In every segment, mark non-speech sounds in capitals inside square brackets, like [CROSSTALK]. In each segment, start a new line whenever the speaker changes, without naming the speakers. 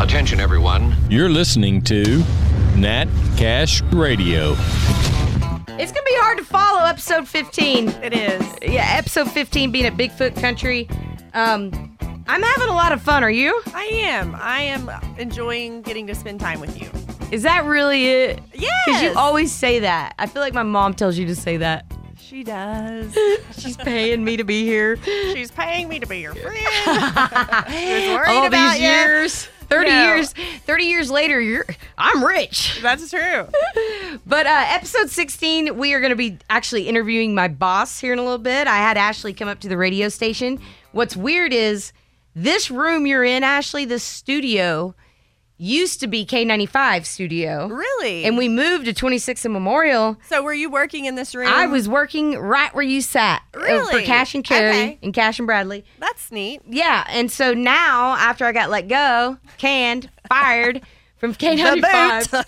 Attention, everyone.
You're listening to Nat Cash Radio.
It's gonna be hard to follow episode 15.
It is.
Yeah, episode 15 being at Bigfoot Country. Um, I'm having a lot of fun. Are you?
[LAUGHS] I am. I am enjoying getting to spend time with you.
Is that really it? Because you
Yes.
always say that. I feel like my mom tells you to say that.
She does.
She's paying me to be here.
[LAUGHS] She's paying me to be
[LAUGHS]
your friend. [LAUGHS] She's worried
All
about
these
ya.
years. 30
No.
years. 30 years later, you're I'm rich.
That's true.
But uh, episode 16, we are going to be actually interviewing my boss here in a little bit. I had Ashley come up to the radio station. What's weird is this room you're in, Ashley, this studio used to be K95 studio.
Really?
And we moved to 26 and Memorial.
so were you working in this room?
I was working right where you sat uh, for
Really?
Cash and Carry
Okay.
and Cash and Bradley.
That's neat.
Yeah. And so now, after I got let go, canned, fired
[LAUGHS]
from K95,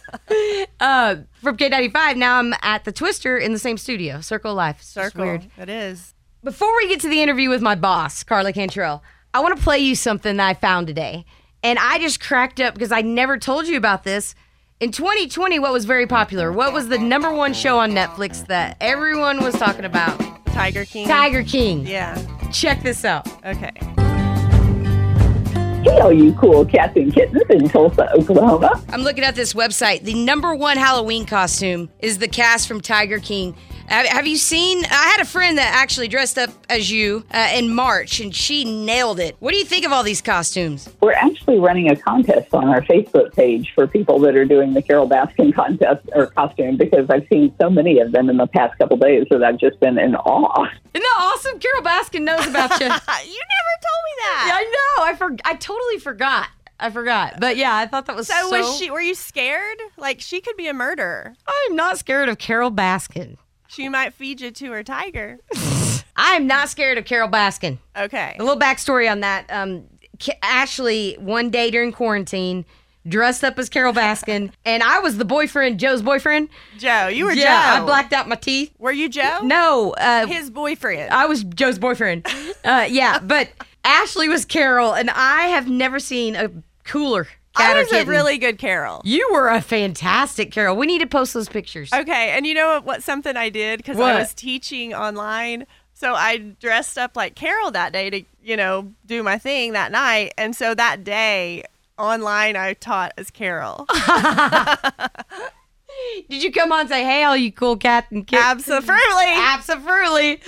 [LAUGHS] uh, from K95, now I'm at the Twister in the same studio, Circle of Life. It's just
Circle.
weird.
It is.
Before we get to the interview with my boss, Carla Cantrell, I want to play you something that I found today. And I just cracked up because I never told you about this. In 2020, what was very popular? What was the number one show on Netflix that everyone was talking about?
Tiger King.
Tiger King.
Yeah.
Check this out.
Okay.
Hail, you E cool cats and kittens in Tulsa, Oklahoma.
I'm looking at this website. The number one Halloween costume is the cast from Tiger King. Have have you seen? I had a friend that actually dressed up as you uh, in March, and she nailed it. What do you think of all these costumes?
We're actually running a contest on our Facebook page for people that are doing the Carol Baskin contest or costume because I've seen so many of them in the past couple days that I've just been in awe.
Isn't that awesome? Carol Baskin knows about [LAUGHS] you.
Uh, you never told me that.
I know. I for, I totally forgot. I forgot. But yeah, I thought that was
So, was she? Were you scared? Like she could be a murderer.
I'm not scared of Carol Baskin.
She might feed you to her tiger.
I am not scared of Carol Baskin.
Okay.
[LAUGHS] A little backstory on that. Um, K- Ashley, one day during quarantine, dressed up as Carol
[LAUGHS]
Baskin, and I was the boyfriend, Joe's boyfriend.
Joe, you were
yeah,
Joe.
I blacked out my teeth.
Were you Joe?
No, uh,
His boyfriend.
I was Joe's boyfriend. Uh,
[LAUGHS]
yeah, but Ashley was Carol, and I have never seen a cooler cat
I
or
was a
kitten.
really good Carol.
You were a fantastic Carol. We need to post those pictures.
Okay, and you know what? what something I did because
What?
I was teaching online, so I dressed up like Carol that day to you know do my thing that night, and so that day online I taught as Carol.
Did you come on and say, "Hey, all you cool cat and kittens"?
Absolutely.
Absolutely.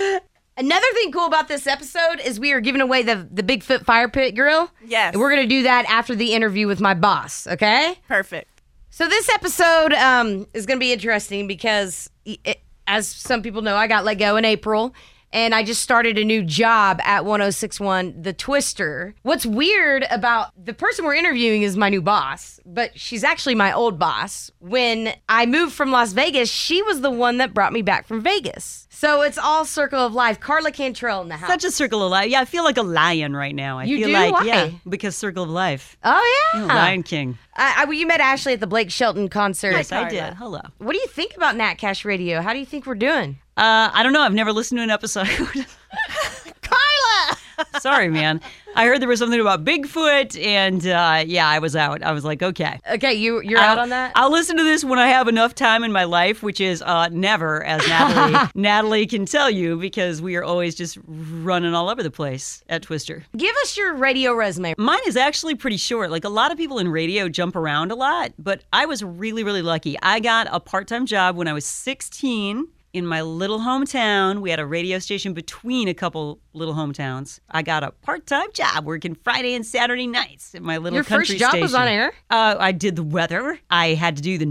Another thing cool about this episode is we are giving away the the Bigfoot fire pit grill.
Yes.
And we're gonna do that after the interview with my boss. Okay.
Perfect.
So this episode um, is going to be interesting because, it, as some people know, I got let go in April, and I just started a new job at 106.1 The Twister. What's weird about the person we're interviewing is my new boss, but she's actually my old boss. When I moved from Las Vegas, she was the one that brought me back from Vegas. So it's all circle of life. Carla Cantrell in the house.
Such a circle of life. Yeah, I feel like a lion right now. I
You
feel
do?
like
Why?
yeah, because circle of life.
oh yeah,
You know, Lion King.
I, I, well, you met Ashley at the Blake Shelton concert.
Yes, I did. Hello.
What do you think about Nat Cash Radio? How do you think we're doing?
Uh, I don't know. I've never listened to an episode. [LAUGHS]
Carla.
Sorry, man. I heard there was something about Bigfoot, and uh, yeah, I was out. I was like, okay.
Okay, you you're out
I'll-
on that.
I'll listen to this when I have enough time in my life, which is uh, never,
[LAUGHS]
as Natalie Natalie can tell you, because we are always just running all over the place at Twister.
Give us your radio resume.
Mine is actually pretty short. Like a lot of people in radio jump around a lot, but I was really, really lucky. I got a part time job when I was 16 in my little hometown. We had a radio station between a couple little hometowns. I got a part time job working Friday and Saturday nights at my little
Your first
country
job was
station.
on air?
Uh, I did the weather. I had to do the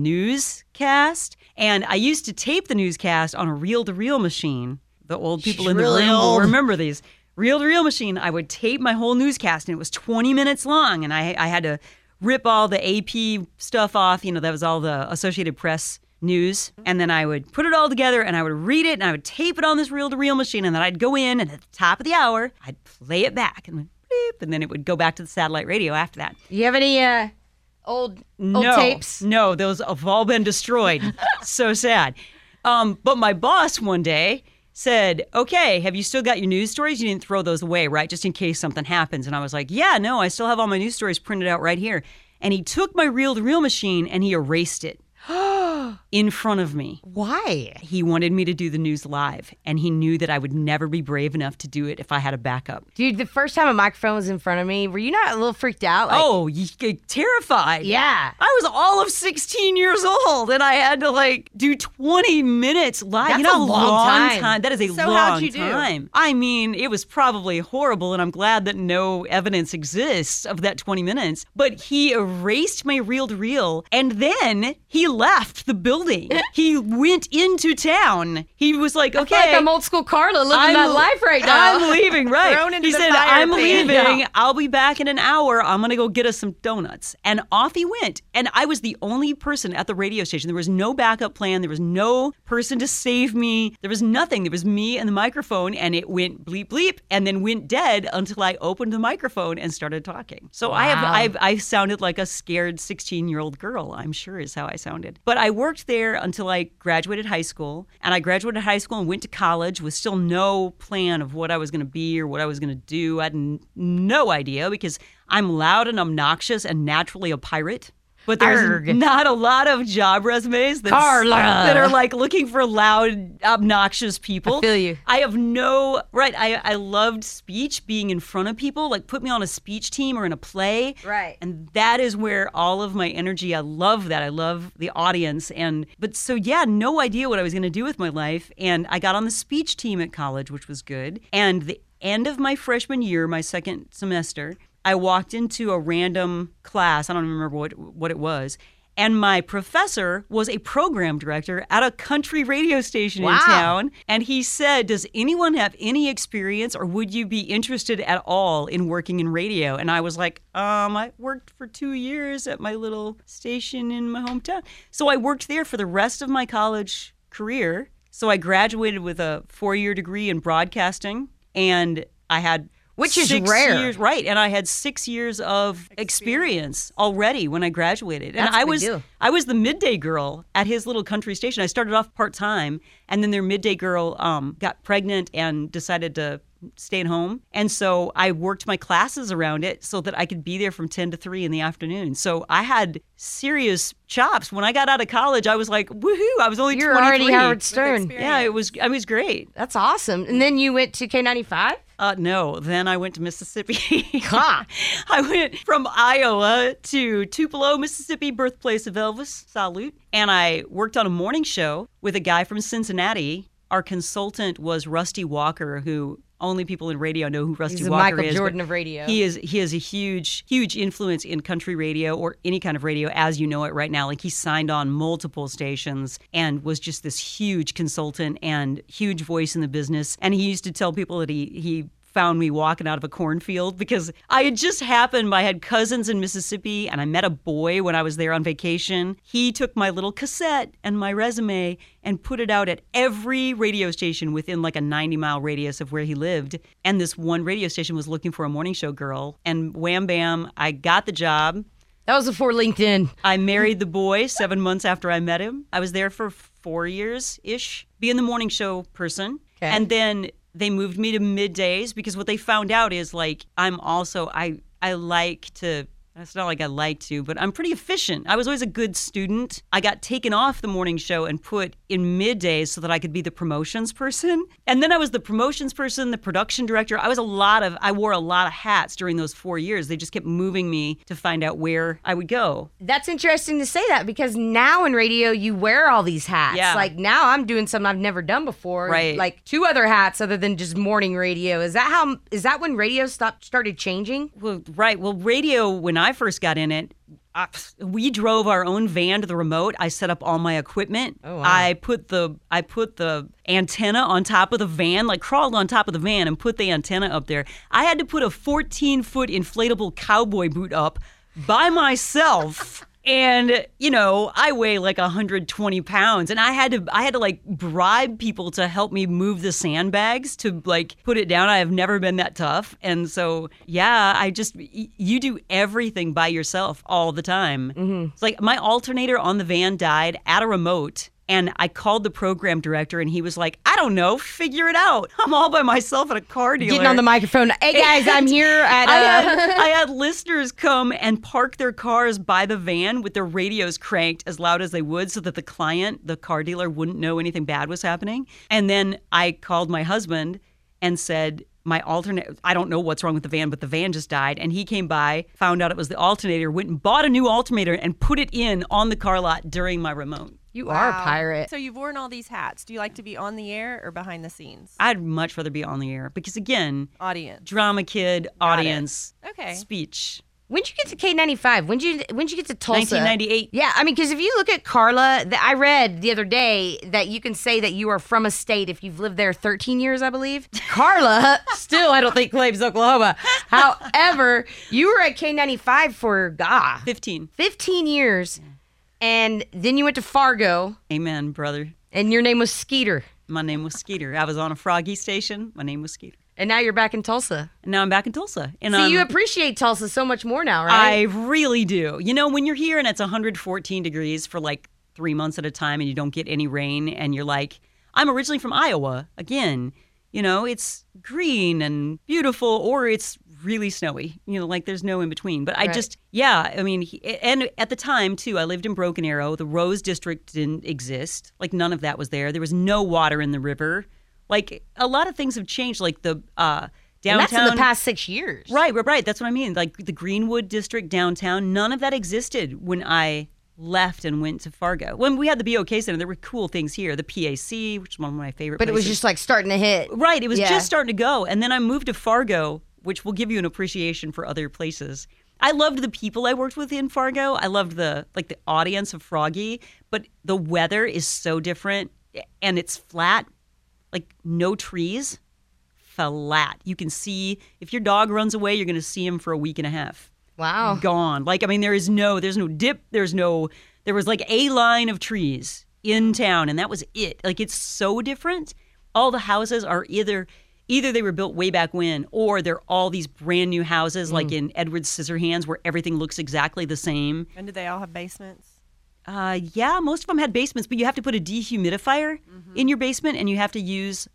newscast, and I used to tape the newscast on a reel-to-reel machine. The old people in the room will remember these. Reel-to-reel machine. I would tape my whole newscast, and it was 20 minutes long, and I, I had to rip all the AP stuff off. You know, that was all the Associated Press news, and then I would put it all together, and I would read it, and I would tape it on this reel-to-reel machine, and then I'd go in, and at the top of the hour, I'd play it back, and. Beep, and then it would go back to the satellite radio after that
You have any uh, old old
no,
tapes?
No, those have all
[LAUGHS]
been destroyed. so sad. Um, but my boss one day said, "Okay, have you still got your news stories? You didn't throw those away, right? Just in case something happens." And I was like, "Yeah, no, I still have all my news stories printed out right here." and he took my reel to reel machine and he
[GASPS]
erased it in front of me.
Why?
He wanted me to do the news live, and he knew that I would never be brave enough to do it if I had a backup.
Dude, the first time a microphone was in front of me, were you not a little freaked out? Like,
oh, you get terrified.
yeah.
I was all of 16 years old and I had to like do 20 minutes live.
That's
you know,
a
how
long time.
That is a
So
long
how'd you do?
time. I mean, it was probably horrible and I'm glad that no evidence exists of that 20 minutes, but he erased my reel to reel and then he left
[LAUGHS]
the building. he went into town. He was like,
I
okay.
feel like I'm old school Carla living that life right now.
I'm
[LAUGHS]
leaving, right?
Thrown into
he
the
said,
fire
I'm
pit."
leaving.
Yeah.
I'll be back in an hour. I'm going to go get us some donuts. And off he went. And I was the only person at the radio station. There was no backup plan. There was no person to save me. There was nothing. There was me and the microphone, and it went bleep, bleep, and then went dead until I opened the microphone and started talking. So I have,
Wow.
I've, I sounded like a scared 16 year old girl, I'm sure is how I sounded. But I worked there until I graduated high school. And I graduated high school and went to college with still no plan of what I was going to be or what I was going to do. I had n- no idea because I'm loud and obnoxious and naturally a pirate. But there's
Arg.
not a lot of job resumes that's-
Carla.
that are like looking for loud, obnoxious people.
I feel you.
I have no right. I, I loved speech, being in front of people. Like put me on a speech team or in a play.
Right.
And that is where all of my energy. I love that. I love the audience. And but so yeah, no idea what I was going to do with my life. And I got on the speech team at college, which was good. And the end of my freshman year, my second semester, I walked into a random class. I don't remember what what it was. And my professor was a program director at a country radio station in
Wow.
town down, and he said, Does anyone have any experience or would you be interested at all in working in radio? And I was like, Um, I worked for two years at my little station in my hometown. So I worked there for the rest of my college career. So I graduated with a four year degree in broadcasting and I had
Which is
six
rare.
years- right. And I had six years of experience, already when I graduated. and
That's a
I
big
was
deal.
I was the midday girl at his little country station. I started off part time, and then their midday girl um, got pregnant and decided to stay at home. And so I worked my classes around it so that I could be there from 10 to 3 in the afternoon. So I had serious chops. When I got out of college, I was like, woohoo, I was
[LAUGHS]
only
You're
23.
already Howard Stern.
experience.
yeah, it was I was great.
That's awesome. And then you went to K95?
Uh, no, then I went to Mississippi. [LAUGHS]
Ha!
I went from Iowa to Tupelo, Mississippi, birthplace of Elvis, salute. And I worked on a morning show with a guy from Cincinnati. Our consultant was Rusty Walker, who only people in radio know who Rusty
He's the
Walker
Michael
is. but
Jordan of radio.
He is he is a huge huge influence in country radio or any kind of radio as you know it right now. Like he signed on multiple stations and was just this huge consultant and huge voice in the business. And he used to tell people that he he found me walking out of a cornfield because I had just happened. I had cousins in Mississippi and I met a boy when I was there on vacation. He took my little cassette and my resume and put it out at every radio station within like a 90 mile radius of where he lived. And this one radio station was looking for a morning show girl. And wham bam, I got the job.
That was before LinkedIn.
I married the boy seven months after I met him. I was there for four years ish, being the morning show person.
Okay.
And then they moved me to middays because what they found out is like I'm also I I like to it's not like I like to, but I'm pretty efficient. I was always a good student. I got taken off the morning show and put in middays so that I could be the promotions person. And then I was the promotions person, the production director. I was a lot of I wore a lot of hats during those 4 years. They just kept moving me to find out where I would go.
That's interesting to say that because now in radio you wear all these hats.
Yeah.
Like now I'm doing something I've never done before.
Right.
Like two other hats other than just morning radio. Is that how is that when radio stopped started changing?
Well, right. Well, radio, when I first got in it, I, we drove our own van to the remote. I set up all my equipment.
Oh, wow.
I put the I put the antenna on top of the van, like crawled on top of the van and put the antenna up there. I had to put a 14 foot inflatable cowboy boot up by myself. And you know, I weigh like 120 pounds, and I had to I had to like bribe people to help me move the sandbags to like put it down. I have never been that tough, and so yeah, I just y- you do everything
Mm-hmm.
by yourself all the time. It's like my alternator on the van died at a remote And I called the program director, and he was like, I don't know, figure it out. [LAUGHS] I'm all by myself at a car dealer.
Getting on the microphone. Hey guys, I'm
[LAUGHS]
here at.
I
Uh,
had, I had listeners come and park their cars by the van with their radios cranked as loud as they would so that the client, the car dealer, wouldn't know anything bad was happening. And then I called my husband and said, my alternate, I don't know what's wrong with the van, but the van just died. And he came by, found out it was the alternator, went and bought a new alternator and put it in on the car lot during my remote.
you are a
Wow.
pirate.
So you've worn all these hats. Do you like to be on the air or behind the scenes?
I'd much rather be on the air because, again,
Audience.
drama kid, audience,
Okay.
speech.
When'd you get to K ninety five? When'd you When'd you get to Tulsa?
1998.
Yeah, I mean, because if you look at Carla, th- I read the other day that you can say that you are from a state if you've lived there 13 years, I believe. [LAUGHS] Carla still, I don't think, claims Oklahoma. However, you were at K95 for, gah,
15.
15 years. And then you went to Fargo,
Amen, brother.
and your name was Skeeter.
My name was Skeeter. I was on a froggy station. My name was Skeeter.
And now you're back in Tulsa.
And now I'm back in Tulsa. And
So
I'm,
you appreciate Tulsa so much more now, right?
I really do. You know, when you're here and it's 114 degrees for like three months at a time and you don't get any rain and you're like, I'm originally from Iowa. Again, you know, it's green and beautiful or it's really snowy. You know, like there's no in between. But I
Right.
just, yeah, I mean, he- and at the time too, I lived in Broken Arrow. The Rose District didn't exist. Like none of that was there. There was no water in the river. Like a lot of things have changed. Like the uh,
and that's
downtown.
in the past six years.
Right, right, right. That's what I mean. Like the Greenwood district downtown, none of that existed when I left and went to Fargo. When we had the BOK Center, there were cool things here. The PAC, which is one of my favorite
But it was
places.
just like starting to hit.
Right, it was
Yeah.
just starting to go. And then I moved to Fargo, which will give you an appreciation for other places. I loved the people I worked with in Fargo. I loved the like the audience of Froggy, but the weather is so different and it's flat. Like no trees. Flat. You can see if your dog runs away, you're going to see him for a week and a half
Wow.
gone. Like, I mean, there is no, there's no dip. There's no, there was like a line of trees in town, and that was it. Like, it's so different. All the houses are either, either they were built way back when, or they're all these brand new houses, like in Edward Scissorhands, where everything looks exactly the same.
And do they all have basements?
Uh, yeah, most of them had basements, but you have to put a dehumidifier
Mm-hmm.
in your basement, and you have to use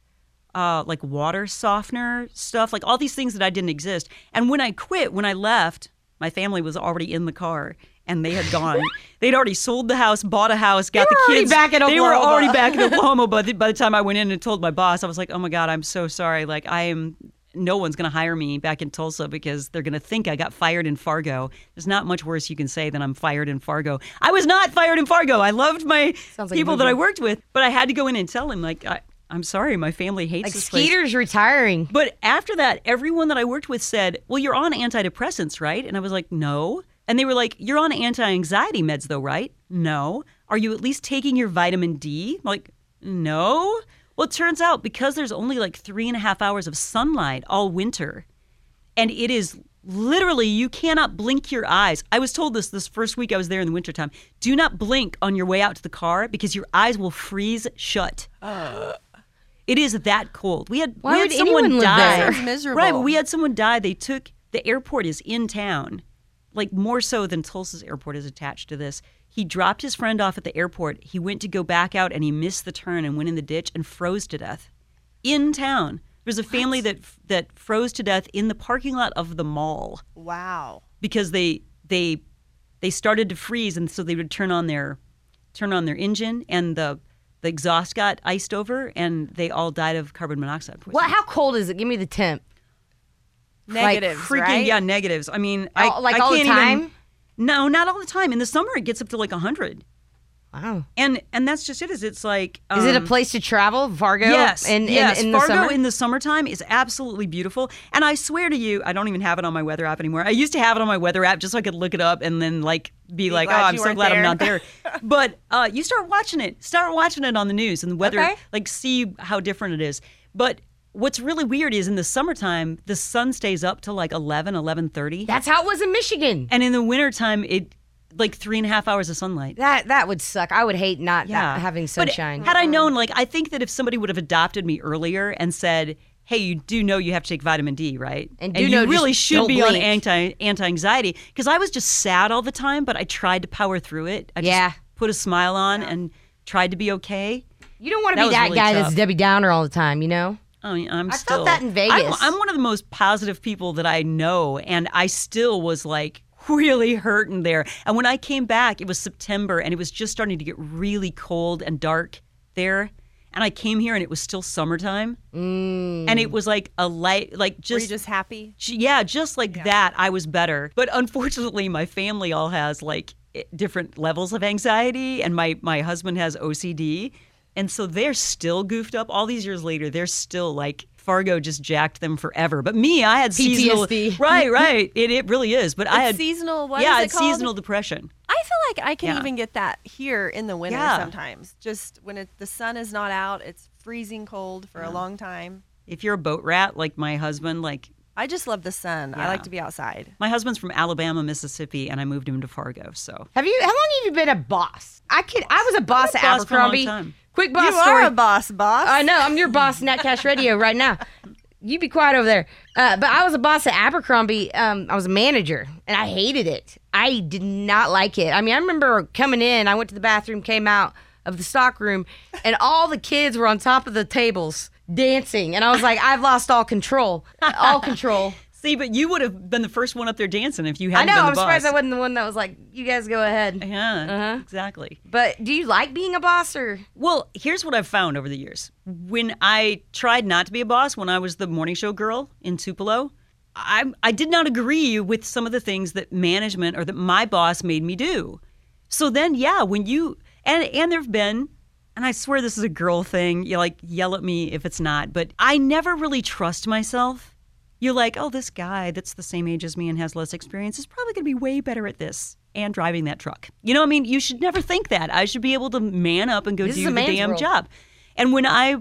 uh, like water softener stuff, like all these things that I didn't exist. And when I quit, when I left, my family was already in the car, and they
[LAUGHS]
had gone. They'd already sold the house, bought a house, got
were
the
already
kids
back in
They were
Oklahoma. [LAUGHS]
already back in Oklahoma. By the, by the time I went in and told my boss, I was like, "Oh my god, I'm so sorry. Like I am." No one's going to hire me back in Tulsa because they're going to think I got fired in Fargo. There's not much worse you can say than I'm fired in Fargo. I was not fired in Fargo. I loved my
Sounds like
people that I
movement.
worked with, but I had to go in and tell him like I, I'm sorry, my family hates
Like
this place.
Skeeter's retiring.
But after that, everyone that I worked with said, Well, you're on antidepressants, right? And I was like, No. And they were like, You're on anti anxiety meds, though, right? No. Are you at least taking your vitamin D? I'm like, no. Well, it turns out because there's only like three and a half hours of sunlight all winter, and it is literally you cannot blink your eyes. I was told this this first week I was there in the wintertime. Do not blink on your way out to the car because your eyes will freeze shut. It is that cold. We had
Why
we had
would
someone
anyone live
die.
there?
Sounds miserable.
Right, but we had someone die. They took the airport is in town, like more so than Tulsa's airport is attached to this. He dropped his friend off at the airport. He went to go back out and he missed the turn and went in the ditch and froze to death in town. There was a family that that froze to death in the parking lot of the mall
Wow.
because they they they started to freeze and so they would turn on their turn on their engine and the the exhaust got iced over and they all died of carbon monoxide poisoning.
What? How cold is it? Give me the temp.
Negatives,
freaking
right?
yeah, negatives. I mean, I
All- like
I
all the
can't
time?
Even, no, not all the time. In the summer, it gets up to like hundred,
Wow.
and and that's just it. Is it's like
Is it a
um,
place to travel, Vargo?
Yes,
In, in,
yes.
in the
Fargo
summer?
in the summertime is absolutely beautiful, and I swear to you, I don't even have it on my weather app anymore. I used to have it on my weather app just so I could look it up and then like be, like, oh,
glad
I'm
you
so
weren't
glad I'm
there." [LAUGHS]
not there. but uh, you start watching it, start watching it on the news and the weather,
Okay.
like see how different it is. But what's really weird is in the summertime, the sun stays up till like 11, 11.30.
That's how it was in Michigan.
And in the wintertime, it like three and a half hours of sunlight.
That that would suck. I would hate not
Yeah.
not having
But
sunshine.
had I known, like, I think that if somebody would have adopted me earlier and said, "Hey, you do know you have to take vitamin D, right?"
And do
you
know just
really should
don't
be on
blink."
anti anti anxiety because I was just sad all the time, but I tried to power through it. I
Yeah.
just put a smile on and tried to be okay.
You don't want to
That
be
was
that
really
guy
tough.
that's Debbie Downer all the time, you know?
I mean, I'm
I felt
still
that in
I'm,
Vegas.
I'm one of the most positive people that I know, and I still was like really hurting there. And when I came back, it was September, and it was just starting to get really cold and dark there. And I came here, and it was still summertime,
Mm.
and it was like a light, like
Were you
just
just happy?
J- yeah, just like that, I was better. But unfortunately, my family all has like i- different levels of anxiety, and my my husband has OCD, and so they're still goofed up all these years later. They're still like Fargo just jacked them forever. But me, I had
PTSD.
seasonal. [LAUGHS] Right, right. It it really is. But I
It's
had
seasonal. What
yeah,
is it
it's
called?
seasonal depression.
I feel like I can
Yeah.
even get that here in the winter
Yeah.
sometimes. Just when it, the sun is not out, it's freezing cold for a long time.
If you're a boat rat like my husband, like
I just love the sun. I like to be outside.
my husband's from Alabama, Mississippi, and I moved him to Fargo. So
Have you? How long have you been a boss? I could. I was a boss at
boss for a long
Abercrombie.
time.
Quick boss
you
story.
are a boss, boss.
I know. I'm your boss, Nat Cash Radio, right now. You be quiet over there. Uh, but I was a boss at Abercrombie. Um, I was a manager, and I hated it. I did not like it. I mean, I remember coming in. I went to the bathroom, came out of the stock room, and all the kids were on top of the tables dancing, and I was like, I've lost all control, all
[LAUGHS]
control.
see, but you would have been the first one up there dancing if you
I
hadn't
know.
been the
I'm surprised
boss.
I wasn't the one that was like, you guys go ahead.
Yeah, Uh-huh. exactly.
But do you like being a boss or?
Well, here's what I've found over the years. When I tried not to be a boss, when I was the morning show girl in Tupelo, I, I did not agree with some of the things that management or that my boss made me do. So then, yeah, when you and and there've been, and I swear this is a girl thing. You like yell at me if it's not, but I never really trust myself. You're like, oh, this guy that's the same age as me and has less experience is probably going to be way better at this and driving that truck. You know, what I mean, you should never think that. I should be able to man up and go
This is
do
a
the
man's
damn
world.
job. And when I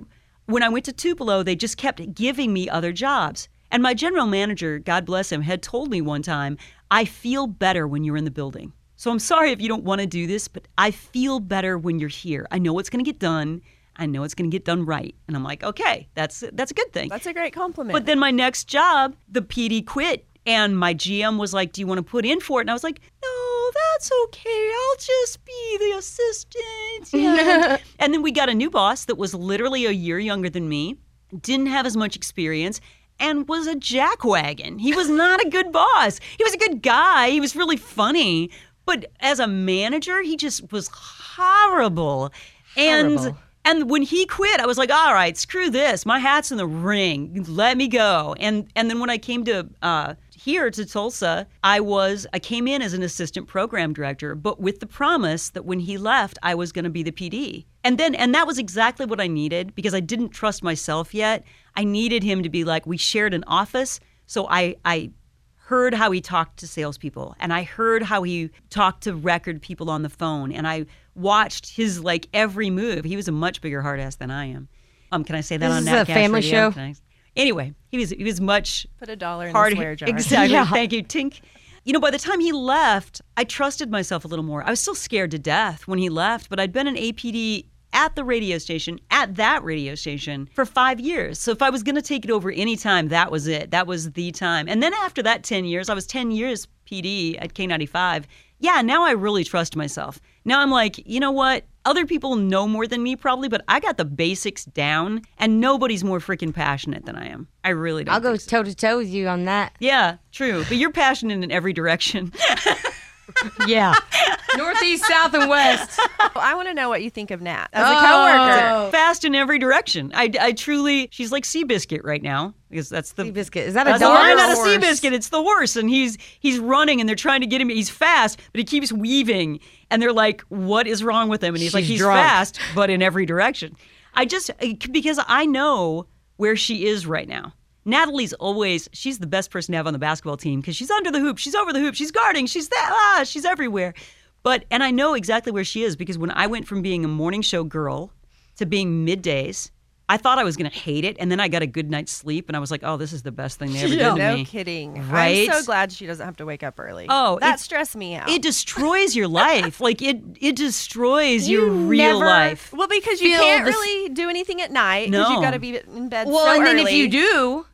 when I went to Tupelo, they just kept giving me other jobs. And my general manager, God bless him, had told me one time, I feel better when you're in the building. So I'm sorry if you don't want to do this, but I feel better when you're here. I know it's going to get done. I know it's going to get done right. And I'm like, okay, that's that's a good thing.
That's a great compliment.
But then my next job, the PD quit, and my GM was like, "Do you want to put in for it?" And I was like, "No, that's okay. I'll just be the assistant." And, and then we got a new boss that was literally a year younger than me, didn't have as much experience. And was a jackwagon. He was not a good boss. He was a good guy. He was really funny, but as a manager, he just was horrible. And
Horrible.
and when he quit, I was like, all right, screw this. My hat's in the ring. Let me go. And and then when I came to uh, here to Tulsa, I was I came in as an assistant program director, but with the promise that when he left, I was going to be the PD. And then and that was exactly what I needed because I didn't trust myself yet. I needed him to be like we shared an office, so I I heard how he talked to salespeople and I heard how he talked to record people on the phone and I watched his like every move. He was a much bigger hard ass than I am. Um, can I say that
This
on
is
Nat
a
Cash
family
Radio?
show.
Thanks. Anyway, he was he was much
put a dollar in
hard
the swear jar.
[LAUGHS] Exactly.
Yeah.
Thank you, Tink. You know, by the time he left, I trusted myself a little more. I was still scared to death when he left, but I'd been an APD at the radio station, at that radio station, for five years. So if I was going to take it over any time, that was it. That was the time. And then after that 10 years, I was 10 years PD at K95. Yeah, now I really trust myself. Now I'm like, you know what? Other people know more than me probably, but I got the basics down, and nobody's more freaking passionate than I am. I really don't.
I'll go
think so.
toe to toe with you on that.
Yeah, true. But you're passionate in every direction.
Yeah. Northeast, south, and west.
Oh, I want to know what you think of Nat as a coworker.
Oh.
Fast in every direction. I, I truly, she's like Seabiscuit right now because that's the.
Seabiscuit. Is that a
That's the
dog?
line
or
out of
horse?
Seabiscuit. It's the horse, and he's he's running, and they're trying to get him. He's fast, but he keeps weaving, and they're like, "What is wrong with him?" And he's like,
She's
"He's
drunk.
fast, but in every direction." I just eh, because I know where she is right now. Natalie's always she's the best person to have on the basketball team because she's under the hoop, she's over the hoop, she's guarding, she's that ah, she's everywhere. But and I know exactly where she is because when I went from being a morning show girl to being middays, I thought I was gonna hate it, and then I got a good night's sleep, and I was like, oh, this is the best thing
[LAUGHS]
they ever did to
No
me.
kidding.
Right?
I'm so glad she doesn't have to wake up early.
Oh,
that
it-
stressed me out.
It destroys your life. Like it, it destroys your
You
real
never-
life.
well, because you
feel
can't
the s-
really do anything at night. 'cause
No.
you've got to be in bed.
Well,
so
and then if
early.
you do,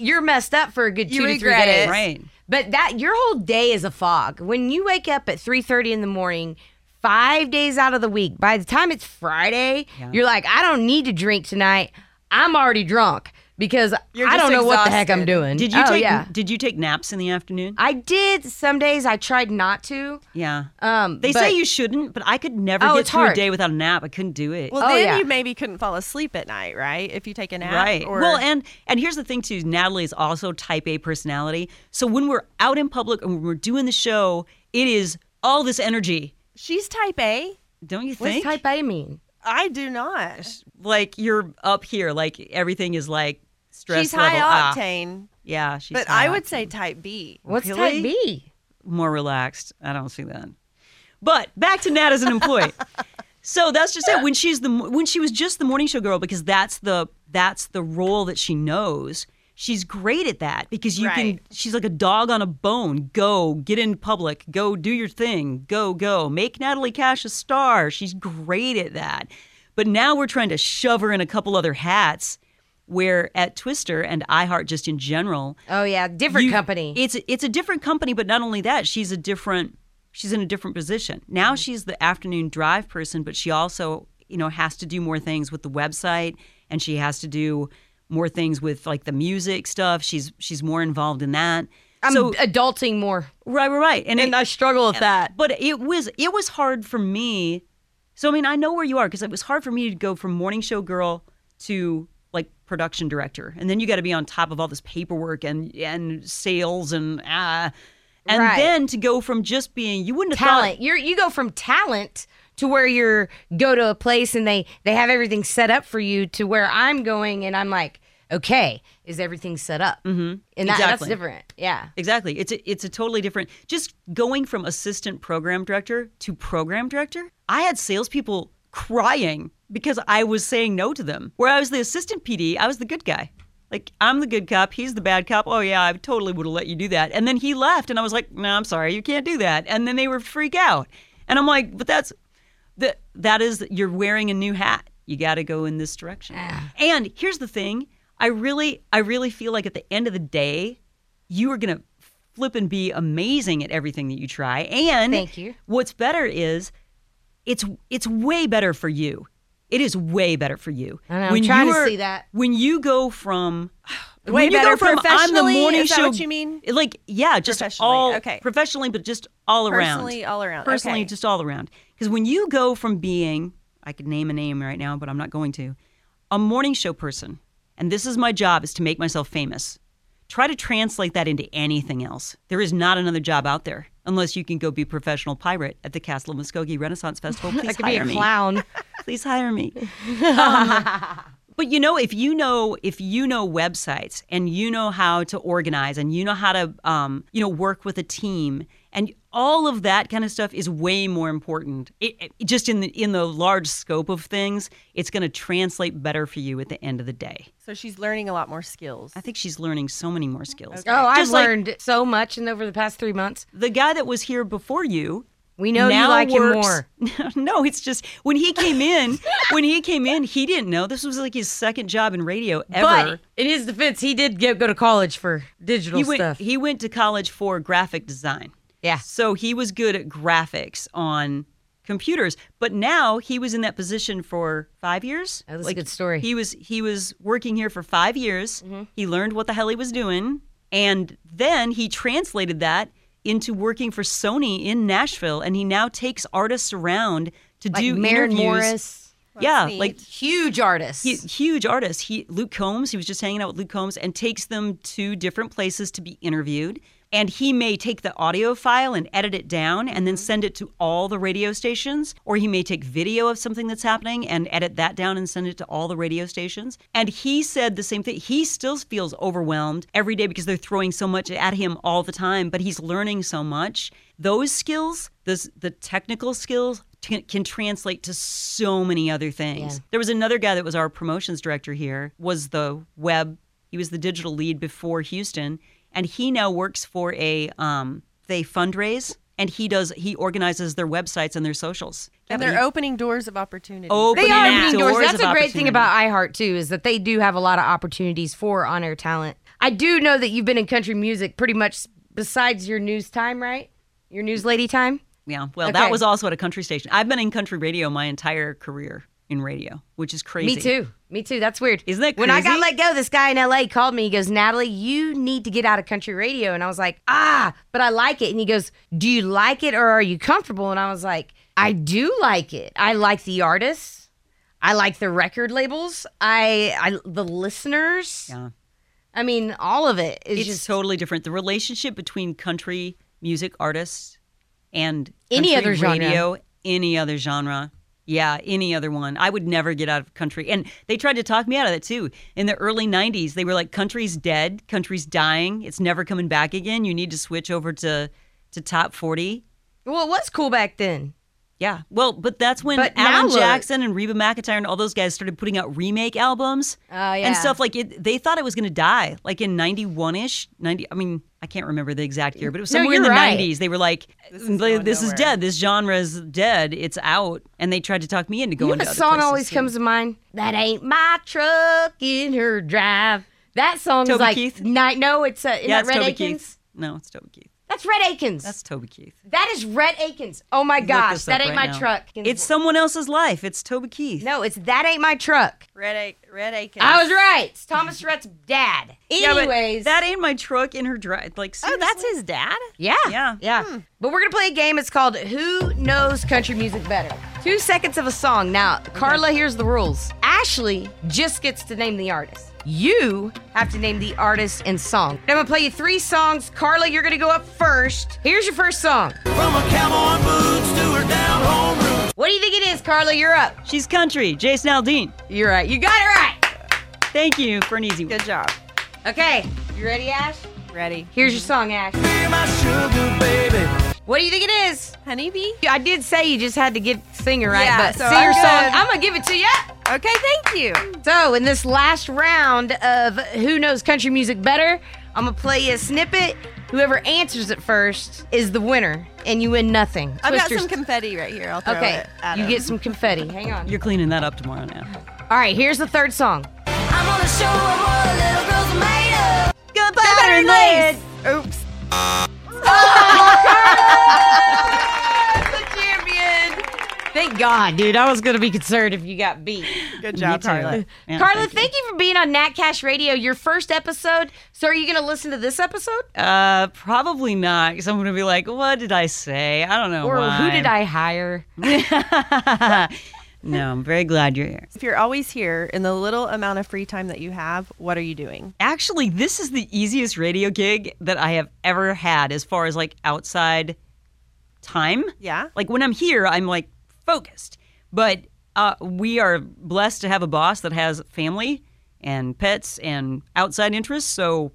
you're messed up for a good two
You
to three
regret
days.
it.
Right.
But that your whole day is a fog. When you wake up at three thirty in the morning, five days out of the week. By the time it's Friday,
Yeah.
you're like, I don't need to drink tonight. I'm already drunk because
You're
I don't
just
know what the heck I'm
exhausted.
doing.
Did you
Oh,
take
Yeah.
did you take naps in the afternoon?
Uh,
I did. Some days I tried not to.
yeah.
Um,
They
but-
say you shouldn't, but I could never
Oh,
get
it's
through a
hard.
day without a nap. I couldn't do it.
Well,
Oh,
then
yeah.
you maybe couldn't fall asleep at night, right? If you take a nap,
Right.
Or,
well, and and here's the thing too. Natalie is also type A personality. So when we're out in public and when we're doing the show, it is all this energy.
she's type A.
Don't you
What's
think?
type A mean?
I do not.
like you're up here, like everything is like stress
She's high
level. Ah,
octane,
yeah, she's.
but
high
I would
octane.
say type B.
What's
Really?
type B?
more relaxed. I don't see that. But back to Nat as
[LAUGHS]
an employee. so that's just it. When she's the when she was just the morning show girl because that's the that's the role that she knows. She's great at that because you can.
Right.
She's like a dog on a bone. Go get in public. Go do your thing. Go go make Natalie Cash a star. She's great at that. But now we're trying to shove her in a couple other hats. Where at Twister and iHeart, just in general,
Oh yeah, different
you-
company.
It's it's a different company, but not only that, she's a different she's in a different position.
Mm-hmm.
Now she's the afternoon drive person, but she also, you know, has to do more things with the website and she has to do more things with like the music stuff. She's she's more involved in that.
I'm
so
adulting more,
right, right, right. And, it-
and I struggle with that.
but it was it was hard for me. So I mean, I know where you are because it was hard for me to go from morning show girl to like production director, and then you got to be on top of all this paperwork and and sales and ah, and
Right.
then to go from just being you wouldn't have
talent.
thought.
You're you go from talent to where you're go to a place and they they have everything set up for you to where I'm going and I'm like, okay, is everything set up? Mm-hmm. And that, that's
Exactly.
different. Yeah.
Exactly. It's a, it's a totally different. Just going from assistant program director to program director, I had salespeople crying because I was saying no to them. Where I was the assistant PD, I was the good guy. Like I'm the good cop, he's the bad cop. Oh yeah, I totally would have let you do that. And then he left, and I was like, no, I'm sorry, you can't do that. And then they were freak out, and I'm like, but that's that that is you're wearing a new hat you got to go in this direction
Ah.
and here's the thing i really i really feel like at the end of the day you are going to flip and be amazing at everything that you try and
Thank you.
what's better is it's it's way better for you it is way better for you
I know, I'm trying to see that.
when you go from way
better professionally? Is that what you mean?
like yeah just
Professionally,
all
okay.
professionally but just all around
Personally, all around.
personally
Okay.
just all around because when you go from being i could name a name right now but i'm not going to a morning show person and this is my job is to make myself famous try to translate that into anything else there is not another job out there unless you can go be a professional pirate at the castle of muskogee renaissance festival please
[LAUGHS] I could be
hire
a
me
clown.
please hire me Um, but you know if you know if you know websites and you know how to organize and you know how to um, you know work with a team and all of that kind of stuff is way more important it, it- just in the in the large scope of things it's going to translate better for you at the end of the day
So she's learning a lot more skills.
i think she's learning so many more skills
[LAUGHS] oh, I've
Just like-
learned so much in over the past three months.
the guy that was here before you
We know you like him more.
more. [LAUGHS] No, it's just when he came in, when he came in, he didn't know. This was like his second job in radio ever.
But in his defense, he did get, go to college for digital
he went
stuff.
he went to college for graphic design.
yeah.
So he was good at graphics on computers, but now he was in that position for 5 years.
Oh, that's a good story. Mm-hmm.
He was he was working here for 5 years. He learned what the hell he was doing and then he translated that into working for Sony in Nashville and he now takes artists around to
Like
do
Maren
interviews.
Morris,
yeah,
neat.
like
huge artist.
he, huge artist. He Luke Combs. He was just hanging out with Luke Combs and takes them to different places to be interviewed. And he may take the audio file and edit it down and then send it to all the radio stations, or he may take video of something that's happening and edit that down and send it to all the radio stations. And he said the same thing. He still feels overwhelmed every day because they're throwing so much at him all the time, but he's learning so much. Those skills, those, the technical skills, t- can translate to so many other things. There was another guy that was our promotions director here, was the web, he was the digital lead before Houston, and he now works for a um they fundraise and he does he organizes their websites and their socials.
and they're opening doors of opportunity.
They
Opening
are opening doors.
doors
That's
of
a great
opportunity.
thing about iHeart too, is that they do have a lot of opportunities for on-air talent. I do know that you've been in country music pretty much besides your news time, right? Your news lady time.
Yeah. Well, that
Okay.
was also at a country station. I've been in country radio my entire career in radio, which is crazy.
Me too. Me too. That's weird.
Isn't that
When I got let
crazy?
go, this guy in LA called me. He goes, Natalie, you need to get out of country radio. And I was like, ah, but I like it. And he goes, do you like it or are you comfortable? And I was like, I do like it. I like the artists. I like the record labels. I, I the listeners.
Yeah.
I mean, all of it is
It's
just
totally different. The relationship between country music artists and
Any
country
other genre.
radio, any other genre. Yeah, any other one. I would never get out of country. And they tried to talk me out of that too. In the early 90s, they were like, country's dead, country's dying, it's never coming back again. You need to switch over to, to top 40.
well, it was cool back then.
Yeah. Well, but that's when
But now
Alan
look-
Jackson and Reba McIntyre and all those guys started putting out remake albums
Oh yeah.
and stuff like it. They thought it was going to die, like in '91 ish. '90. I mean, I can't remember the exact year, but it was
No,
somewhere in
you're
the
right.
'90s. They were like, "This, is,
going nowhere."
dead. This genre is dead. It's out." And they tried to talk me into
You
going.
know
to
what
other
song
places,
always
too.
comes to mind? That ain't my truck in her drive. That song is
Toby
like
Keith?
night. No, it's uh, isn't
Yeah,
that
it's
Red
Toby
Akins.
Keith. No, it's Toby Keith.
That's Red Akins.
That's Toby Keith.
that is Red Akins. Oh my gosh,
this
that
up
ain't
right
my
now.
truck.
It's someone else's life. It's Toby Keith.
no, it's that ain't my truck.
Red A- Red Akins.
I was right. It's Thomas Rhett's dad.
Yeah, but
Anyways,
that ain't my truck in her drive. Like,
Oh,
seriously?
that's his dad.
Yeah.
Yeah.
Yeah. But we're going to play a game. It's called Who Knows Country Music Better? Two seconds of a song. Now, Carla, here's the rules. Ashley just gets to name the artist. You have to name the artist and song. I'm going to play you three songs. Carla, you're going to go up first. Here's your first song.
From a cowboy boots to her down home roots.
What do you think it is, Carla? You're up.
She's country. Jason Aldean.
You're right. You got it right.
Thank you for an easy one.
Good job.
Okay. You ready, Ash?
Ready.
Here's your song, Ash.
Be my sugar baby.
What do you think it is?
Honeybee.
I did say you just had to get singer right,
Yeah,
but
so
singer
I'm
song.
good.
I'm going to give it to you.
Okay, thank you.
So, in this last round of Who Knows Country Music Better, I'm going to play you a snippet. Whoever answers it first is the winner, and you win nothing.
I've got
Twisters-
some confetti right here. I'll throw
Okay,
it. At
you
him.
get some confetti. Hang on.
You're cleaning that up tomorrow now.
All right, here's the third song.
I'm gonna show 'em what a little girl's made of.
Goodbye,
Battery lace. Oops.
The champion. Thank God, dude. I was going to be concerned if you got beat.
Good job, Carla.
Carla, thank you for being on Nat Cash Radio, your first episode. So, are you going to listen to this episode?
Uh, probably not. Because I'm gonna be like, what did I say? I don't know.
Or who
why."
did
[LAUGHS]
I hire?
[LAUGHS] no, I'm very glad you're here.
If you're always here in the little amount of free time that you have, what are you doing?
Actually, this is the easiest radio gig that I have ever had, as far as like outside time.
Yeah.
Like when I'm here, I'm like focused. But uh, we are blessed to have a boss that has family and pets and outside interests. So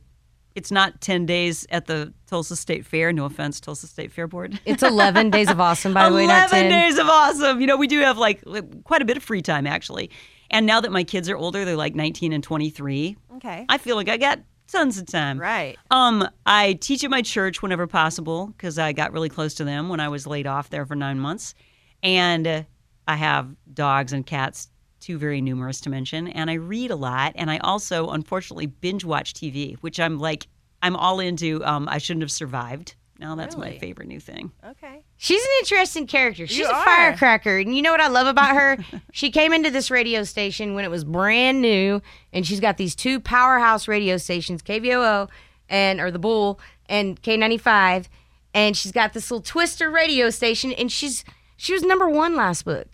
it's not 10 days at the Tulsa State Fair. No offense, Tulsa State Fair Board.
It's 11 Days of Awesome, [LAUGHS] by the way. not 10.
days of awesome. You know, we do have like quite a bit of free time actually. And now that my kids are older, they're like 19 and 23.
Okay.
I feel like I got tons of time.
Right.
Um, I teach at my church whenever possible because I got really close to them when I was laid off there for nine months, and uh, I have dogs and cats, two very numerous to mention, and I read a lot, and I also unfortunately binge watch TV, which I'm like I'm all into. Um, I shouldn't have survived. Now that's my favorite new thing.
Okay.
She's an interesting character. She's a
are.
firecracker. And you know what I love about her? [LAUGHS] she came into this radio station when it was brand new, and she's got these two powerhouse radio stations, KVOO and or the Bull and K95, and she's got this little twister radio station and she's she was number 1 last book.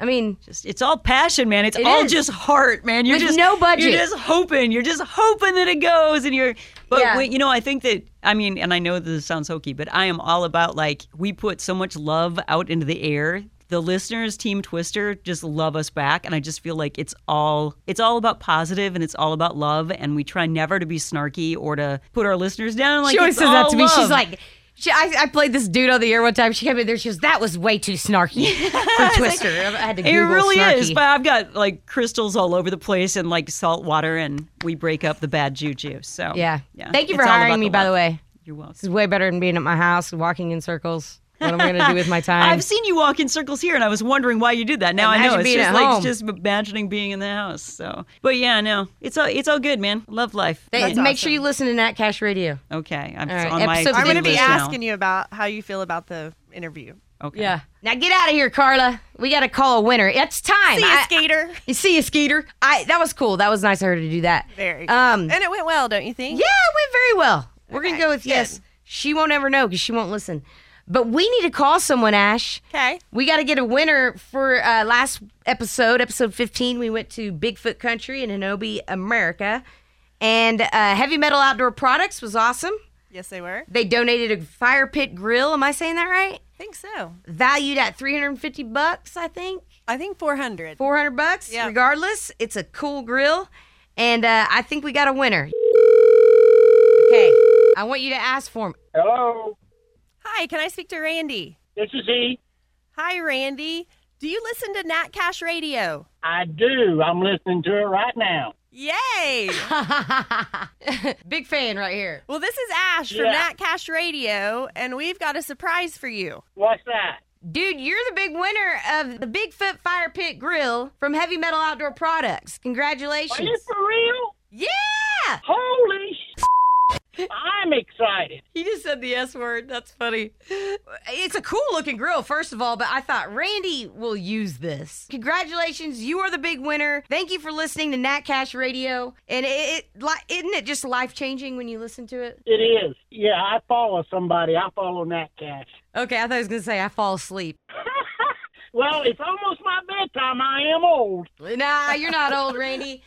I mean,
Just it's all passion, man. It's all
is.
just heart, man. You're
With
just
no budget.
You're just hoping. You're just hoping that it goes, and you're. But
Yeah.
when- you know, I think that I mean, and I know this sounds hokey, but I am all about like we put so much love out into the air. The listeners, Team Twister, just love us back, and I just feel like it's all it's all about positive and it's all about love, and we try never to be snarky or to put our listeners down. Like
she always
it's
says that
all
to me. She's
love.
like she, I, I played this dude on the air one time. She came in there. She goes, "That was way too
[LAUGHS]
snarky for Twister." I had to
It
Google
really
snarky.
is, but I've got like crystals all over the place and like salt water, and we break up the bad juju. So
Yeah.
yeah.
Thank you
It's
for
all
hiring
about
me, by the
love.
way.
You're
This
welcome.
is way better than being at my house and walking in circles. What am I going to do with
[LAUGHS]
my time?
I've seen you walk in circles here, and I was wondering why you did that. Now I know
Imagine
it's
being
just
at
like
home.
it's just imagining being in the house. So, but yeah, no, it's all it's all good, man. Love life.
They-
That's
make sure you listen to Nat Cash Radio.
okay, I'm
All right,
on my.
episode
to-do
I'm going to be
list now.
asking you about how you feel about the interview.
Okay.
Yeah. Now get out of here, Carla. We got to call a winner. It's time.
See you,
I-
Skeeter.
You [LAUGHS] see you, Skeeter. I that was cool. That was nice of her to do that.
Very.
Um.
and it went well, don't you think?
yeah, it went very well. We're gonna
Okay,
go with
good.
yes. She won't ever know because she won't listen. But we need to call someone, Ash.
Okay.
We got to get a winner for uh, last episode, episode 15. We went to Bigfoot Country in Hanobi, America. And uh, Heavy Metal Outdoor Products was awesome.
Yes, they were.
They donated a fire pit grill. Am I saying that right?
I think so.
Valued at 350 bucks, I think.
I think 400.
400 bucks.
Yeah.
Regardless, it's a cool grill. And uh, I think we got a winner. Okay. I want you to ask for him.
Hello,
Hi, can I speak to Randy?
this is E.
Hi, Randy. Do you listen to Nat Cash Radio?
I do. I'm listening to it right now.
[LAUGHS]
Yay!
[LAUGHS] Big fan right here.
well, this is Ash from
Yeah.
Nat Cash Radio, and we've got a surprise for you.
What's that?
Dude, you're the big winner of the Bigfoot Fire Pit Grill from Heavy Metal Outdoor Products.
Are you
Congratulations.
for real?
Yeah!
Holy s- [LAUGHS] I'm excited.
[LAUGHS] He just said the S word. That's funny. It's a cool looking grill, first of all, but I thought Randy will use this. Congratulations. You are the big winner. Thank you for listening to Nat Cash Radio. And it, it li- isn't it just life changing when you listen to it?
It is. Yeah, I follow somebody. I follow Nat Cash.
Okay, I thought I was going to say I fall asleep.
Well, it's almost my bedtime. I am old.
Nah, you're not old, Randy.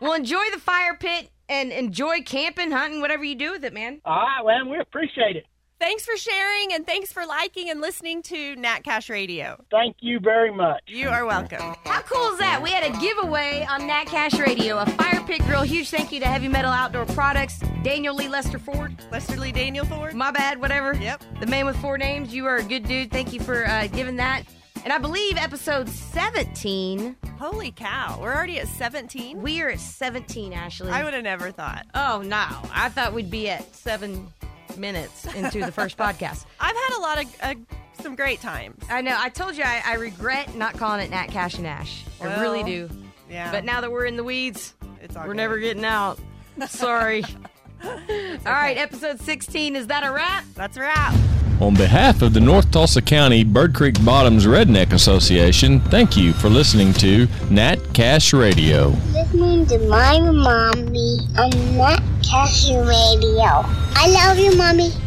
well, enjoy the fire pit and enjoy camping, hunting, whatever you do with it, man.
All right, well, we appreciate it.
Thanks for sharing, and thanks for liking and listening to Nat Cash Radio.
Thank you very much.
You are welcome.
How cool is that? We had a giveaway on Nat Cash Radio, a fire pit grill. Huge thank you to Heavy Metal Outdoor Products, Daniel Lee Lester Ford.
Lester Lee Daniel Ford.
My bad, whatever.
Yep.
The man with four names. You are a good dude. Thank you for uh, giving that. And I believe episode 17.
Holy cow, we're already at 17?
We are at 17, Ashley.
I would have never thought.
oh, no. I thought we'd be at seven minutes into the
[LAUGHS]
first podcast.
I've had a lot of uh, some great times.
I know. I told you I, I regret not calling it Nat Cash and Ash. I
Well,
really do.
Yeah,
But now that we're in the weeds,
it's all
we're
good.
never getting out.
[LAUGHS]
Sorry. All right, episode 16. Is that a wrap?
That's a wrap.
On behalf of the North Tulsa County Bird Creek Bottoms Redneck Association, thank you for listening to Nat Cash Radio.
listening to my mommy on Nat Cashew Radio. I love you, mommy.